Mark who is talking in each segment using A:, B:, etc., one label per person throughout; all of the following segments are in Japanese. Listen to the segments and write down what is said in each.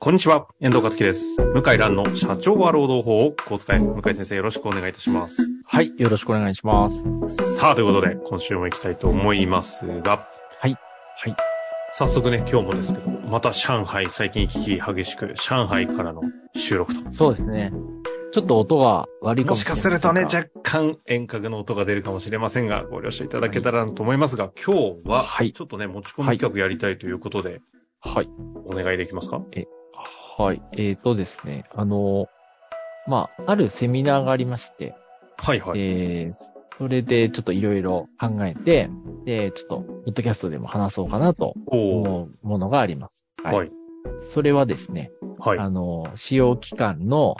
A: こんにちは、遠藤和樹です。向井蘭の社長は労働法をお使い、向井先生よろしくお願いいたします。
B: はい、よろしくお願いします。
A: さあ、ということで、今週も行きたいと思いますが。
B: はい。はい。
A: 早速ね、今日もですけど、また上海、最近聞き激しく、上海からの収録と。
B: そうですね。ちょっと音が悪いかも
A: しれませんもしかするとね、若干遠隔の音が出るかもしれませんが、ご了承いただけたらと思いますが、はい、今日は、ちょっとね、持ち込み企画やりたいということで、
B: はい。
A: お願いできますか
B: え、はい。えっ、ー、とですね、あの、まあ、あるセミナーがありまして、
A: はいはい。
B: えー、それでちょっといろいろ考えて、で、ちょっと、ポッドキャストでも話そうかなと思うものがあります。
A: はい、はい。
B: それはですね、
A: はい。
B: あの、使用期間の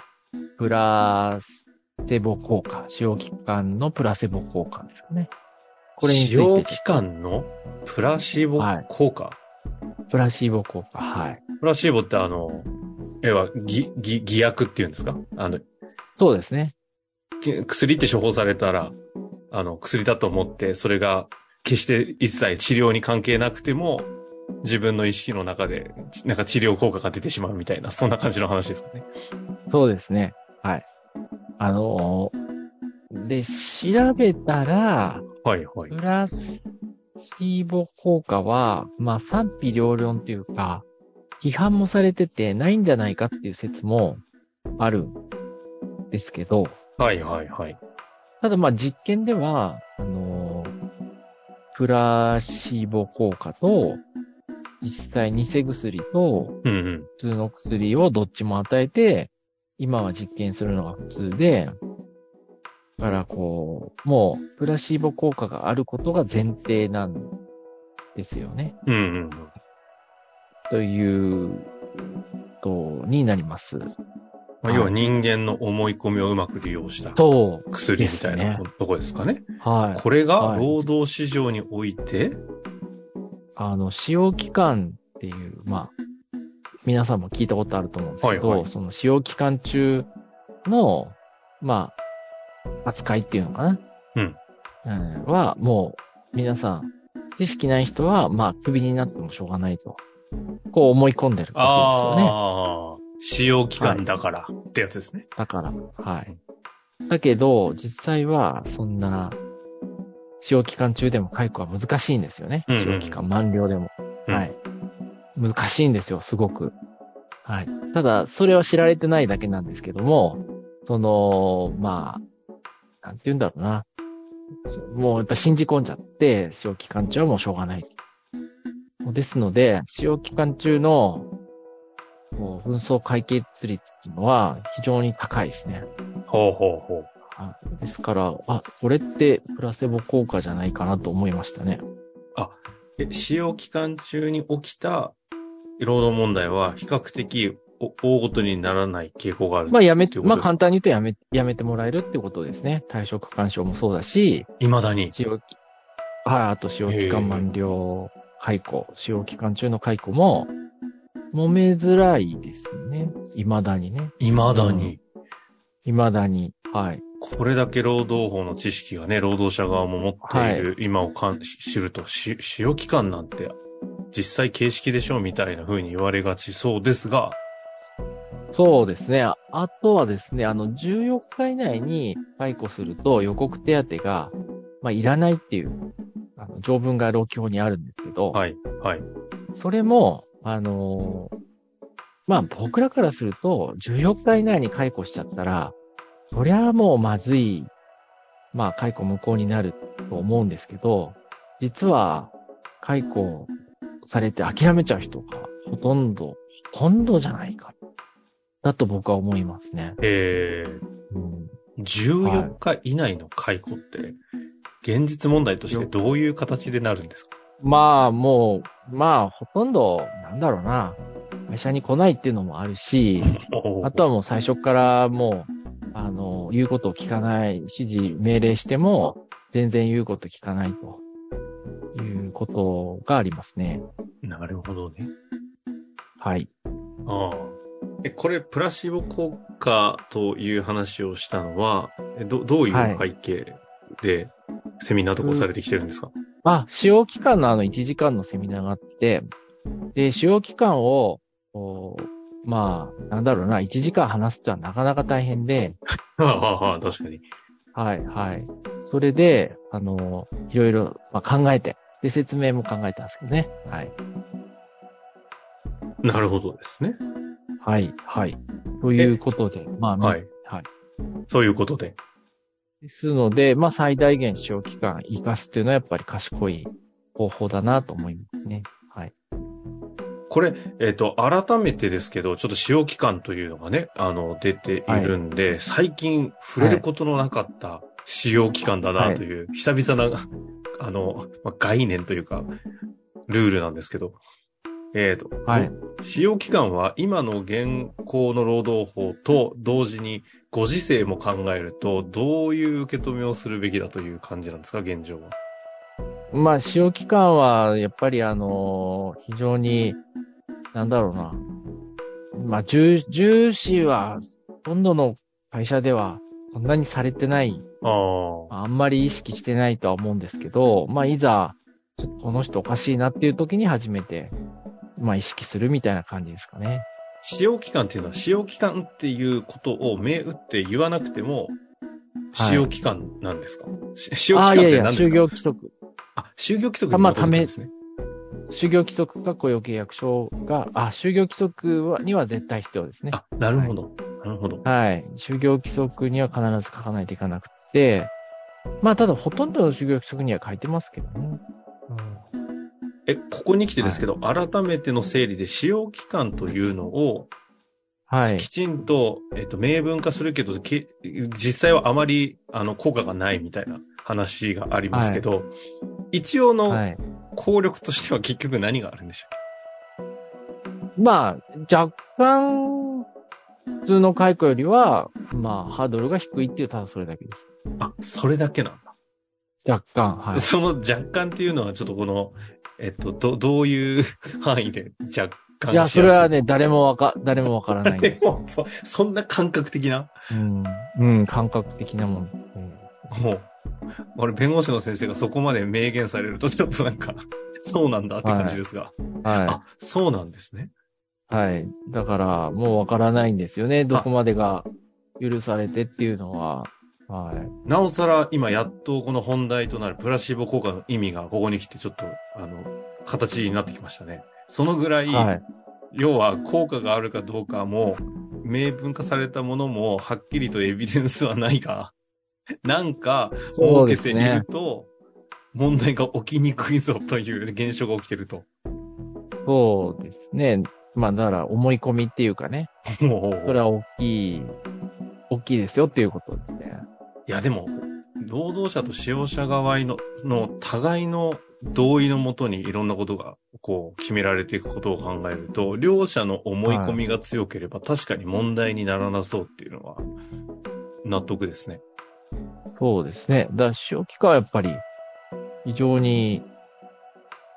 B: プラセボ効果、使用期間のプラセボ効果ですかね。
A: これについて。使用期間のプラシボ効果、はい
B: プラシーボ効果、はい。
A: プラシーボってあの、えは、ぎ、ぎ、偽薬って言うんですかあの、
B: そうですね。
A: 薬って処方されたら、あの、薬だと思って、それが、決して一切治療に関係なくても、自分の意識の中で、なんか治療効果が出てしまうみたいな、そんな感じの話ですかね。
B: そうですね。はい。あのー、で、調べたら、
A: はいはい。
B: プラス、シーボ効果は、まあ賛否両論というか、批判もされててないんじゃないかっていう説もあるんですけど。
A: はいはいはい。
B: ただまあ実験では、あのー、プラシーボ効果と、実際偽薬と、
A: 普
B: 通の薬をどっちも与えて、今は実験するのが普通で、だからこう、もうプラシーボ効果があることが前提なんですよね。
A: うんうん。
B: という、と、になります。
A: まあ、要は人間の思い込みをうまく利用した薬みたいなとこですかね。。
B: はい
A: これが労働市場において、
B: あの、使用期間っていう、まあ、皆さんも聞いたことあると思うんですけど、はいはい、その使用期間中の、まあ、扱いっていうのかな。
A: うん。
B: うん、は、もう、皆さん、知識ない人は、まあ、クビになってもしょうがないと。こう思い込んでることですよね。
A: ああ。使用期間だから、はい、ってやつですね。
B: だから、はい。だけど、実際は、そんな、使用期間中でも解雇は難しいんですよね。うんうん、使用期間満了でも、うん。はい。難しいんですよ、すごく。はい。ただ、それは知られてないだけなんですけども、その、まあ、なんて言うんだろうな。もうやっぱ信じ込んじゃって、使用期間中はもうしょうがない。ですので、使用期間中の、もう、紛争解決率っていうのは非常に高いですね。
A: ほうほうほう。
B: あですから、あ、これってプラセボ効果じゃないかなと思いましたね。
A: あ、え、使用期間中に起きた労働問題は比較的お大ごとにならない傾向がある。
B: まあやめ、まあ簡単に言うとやめ、やめてもらえるってことですね。退職干渉もそうだし。
A: 未だに。
B: 使用、はい、あ、あと使用期間満了解雇、使用期間中の解雇も、揉めづらいですね。未だにね。
A: 未だに、
B: うん、未だに。はい。
A: これだけ労働法の知識がね、労働者側も持っている、はい、今をかん知ると、し使用期間なんて、実際形式でしょみたいな風に言われがちそうですが、
B: そうですね。あとはですね、あの、14日以内に解雇すると予告手当が、まあ、いらないっていう、あの、条文が老基法にあるんですけど、
A: はい、はい。
B: それも、あのー、まあ、僕らからすると、14日以内に解雇しちゃったら、そりゃもうまずい、まあ、解雇無効になると思うんですけど、実は、解雇されて諦めちゃう人がほとんど、ほとんどじゃないか。だと僕は思いますね。
A: ええー、うん、14日以内の解雇って、現実問題としてどういう形でなるんですか
B: まあ、もう、まあ、ほとんど、なんだろうな、会社に来ないっていうのもあるし、あとはもう最初からもう、あの、言うことを聞かない、指示、命令しても、全然言うこと聞かないと、いうことがありますね。
A: なるほどね。
B: はい。
A: ああ。え、これ、プラシボ効果という話をしたのは、ど、どういう背景で、セミナーとかされてきてるんですか、はい
B: うん、あ、使用期間のあの1時間のセミナーがあって、で、使用期間を、まあ、なんだろうな、1時間話すってのはなかなか大変で、
A: はあ、はあはあ、確かに。
B: はい、はい。それで、あの、いろいろ、まあ、考えて、で、説明も考えたんですけどね。はい。
A: なるほどですね。
B: はい、はい。ということで、まあ、まあ
A: はい。
B: はい。
A: そういうことで。
B: ですので、まあ、最大限使用期間生かすっていうのはやっぱり賢い方法だなと思いますね。はい。
A: これ、えっ、と、改めてですけど、ちょっと使用期間というのがね、あの、出ているんで、最近触れることのなかった使用期間だなという、久々な、あの、まあ、概念というか、ルールなんですけど、えっ、と、
B: はい。
A: 使用期間は今の現行の労働法と同時にご時世も考えるとどういう受け止めをするべきだという感じなんですか、現状は。
B: まあ、使用期間は、やっぱりあのー非常に、なんだろうな。まあ、重、重視は、ほとんどの会社では、そんなにされてない、
A: あ
B: まああんまり意識してないとは思うんですけど、まあ、いざ、ちょっとこの人おかしいなっていう時に初めて、まあ、意識するみたいな感じですかね。
A: あ。使用期間っていうのは使用期間っていうことを銘打って言わなくても、
B: はい
A: 使用期間なんですか、し使用期間
B: ああ、
A: っ
B: いやい
A: て何
B: や、
A: です
B: 就
A: か
B: 業規則。
A: あ、就業規則
B: あまあ
A: 基づくんですね。
B: 就業規則か雇用契約書が、あ、就業規則はには絶対必要ですね。
A: あ、なるほど。なるほど。
B: はい。就業規則には必ず書かないといかなくて、まあ、ただほとんどの就業規則には書いてますけどね。
A: え、ここに来てですけど、改めての整理で使用期間というのを、
B: はい
A: き。ちんと、えっ、と、明文化するけど、き実際はあまり、あの、効果がないみたいな話がありますけど、一応の
B: はい。
A: 効力としては結局何があるんでしょ
B: まあ、若干、普通の解雇よりは、まあ、ハードルが低いっていう、ただそれだけです。
A: うあ、それだけなんだ。
B: 若干、はい。
A: その若干っていうのは、ちょっとこの、えっ、と、ど、どういう範囲で若干
B: いや、それは
A: ね、
B: ね、誰もわか、誰もわからないんで
A: です
B: よ。
A: もそ、そんな感覚的な、
B: うん。うん、感覚的なもん。
A: もう、俺、弁護士の先生がそこまで明言されると、ちょっとなんか、そうなんだって感じですが、
B: はい。
A: あ、そうなんですね。
B: はい。だから、もうわからないんですよね。どこまでが許されてっていうのは。はい。
A: なおさら、今やっとこの本題となるプラシーボ効果の意味がここに来てちょっと、あの、形になってきましたね。そのぐらい、
B: はい。
A: 要は効果があるかどうかも、明文化されたものも、はっきりとエビデンスはないが、なんか、設
B: そうで
A: けて
B: す
A: いる
B: ね。
A: と、問題が起きにくいぞという現象が起きてると。
B: そうですね。まあ、だから、思い込みっていうかね。
A: も、
B: そうれは大きい、大きいですよっていうことですね。
A: いやでも、労働者と使用者側の、の互いの同意のもとにいろんなことが、こう、決められていくことを考えると、両者の思い込みが強ければ、確かに問題にならなそうっていうのは、納得ですね。
B: そうですね。だから、使用期間はやっぱり、非常に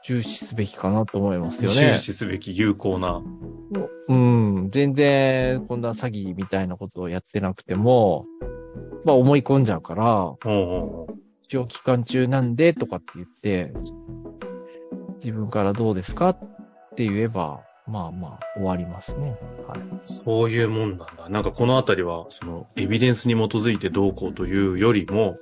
B: 重視すべきかなと思いますよね
A: 重。視すべき有効な。
B: うん。全然、こんな詐欺みたいなことをやってなくても、まあ、思い込んじゃうから、
A: おうおうおう
B: 一応期間中なんでとかって言って、自分からどうですかって言えば、まあまあ終わりますね。はい。
A: そういうもんなんだ。なんかこのあたりは、その、エビデンスに基づいてどうこうというよりも、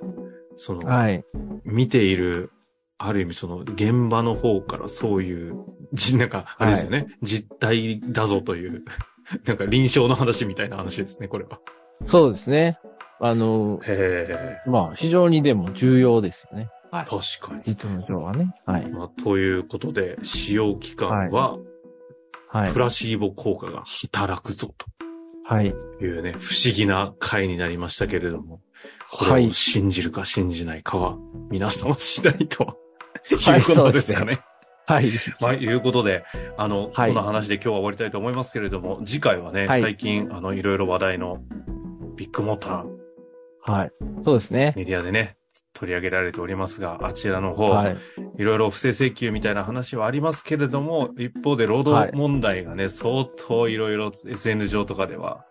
A: その、
B: はい。
A: 見ている、ある意味その現場の方からそういう、じなんか、あれですよね、実態だぞという、 なんか臨床の話みたいな話ですね、これは。
B: そうですね。あの、
A: へえ、
B: まあ非常にでも重要ですよね。はい。
A: 確かに。
B: 実務上はね。はい。
A: まあ、ということで、使用期間は、
B: はい
A: プ。ラシーボ効果が働くぞ
B: はい。
A: というね、不思議な回になりましたけれども、こ
B: は
A: れを
B: い。
A: 信じるか信じないかは、皆様次第と、
B: はい
A: いうことですか
B: そうです
A: ね。
B: はい。
A: まあ、いうことで、あの、
B: はい
A: この話で今日は終わりたいと思いますけれども、次回はね、
B: はい
A: 最近、あの、いろいろ話題のビッグモーター、
B: はい。そうですね。
A: メディアでね、取り上げられておりますが、あちらの方、、
B: はいい。
A: ろいろ不正請求みたいな話はありますけれども、一方で労働問題がね、相当いろいろ SN 上とかでは、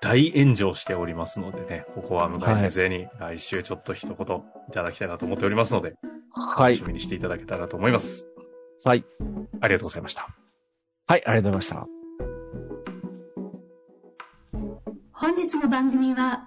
A: 大炎上しておりますのでね、ここは向井先生に来週ちょっと一言いただきたいなと思っておりますので、
B: は
A: 楽
B: い
A: し。みにしていただけたらと思います。
B: はい。
A: ありがとうございました。
B: はい。ありがとうございました。
C: 本日の番組は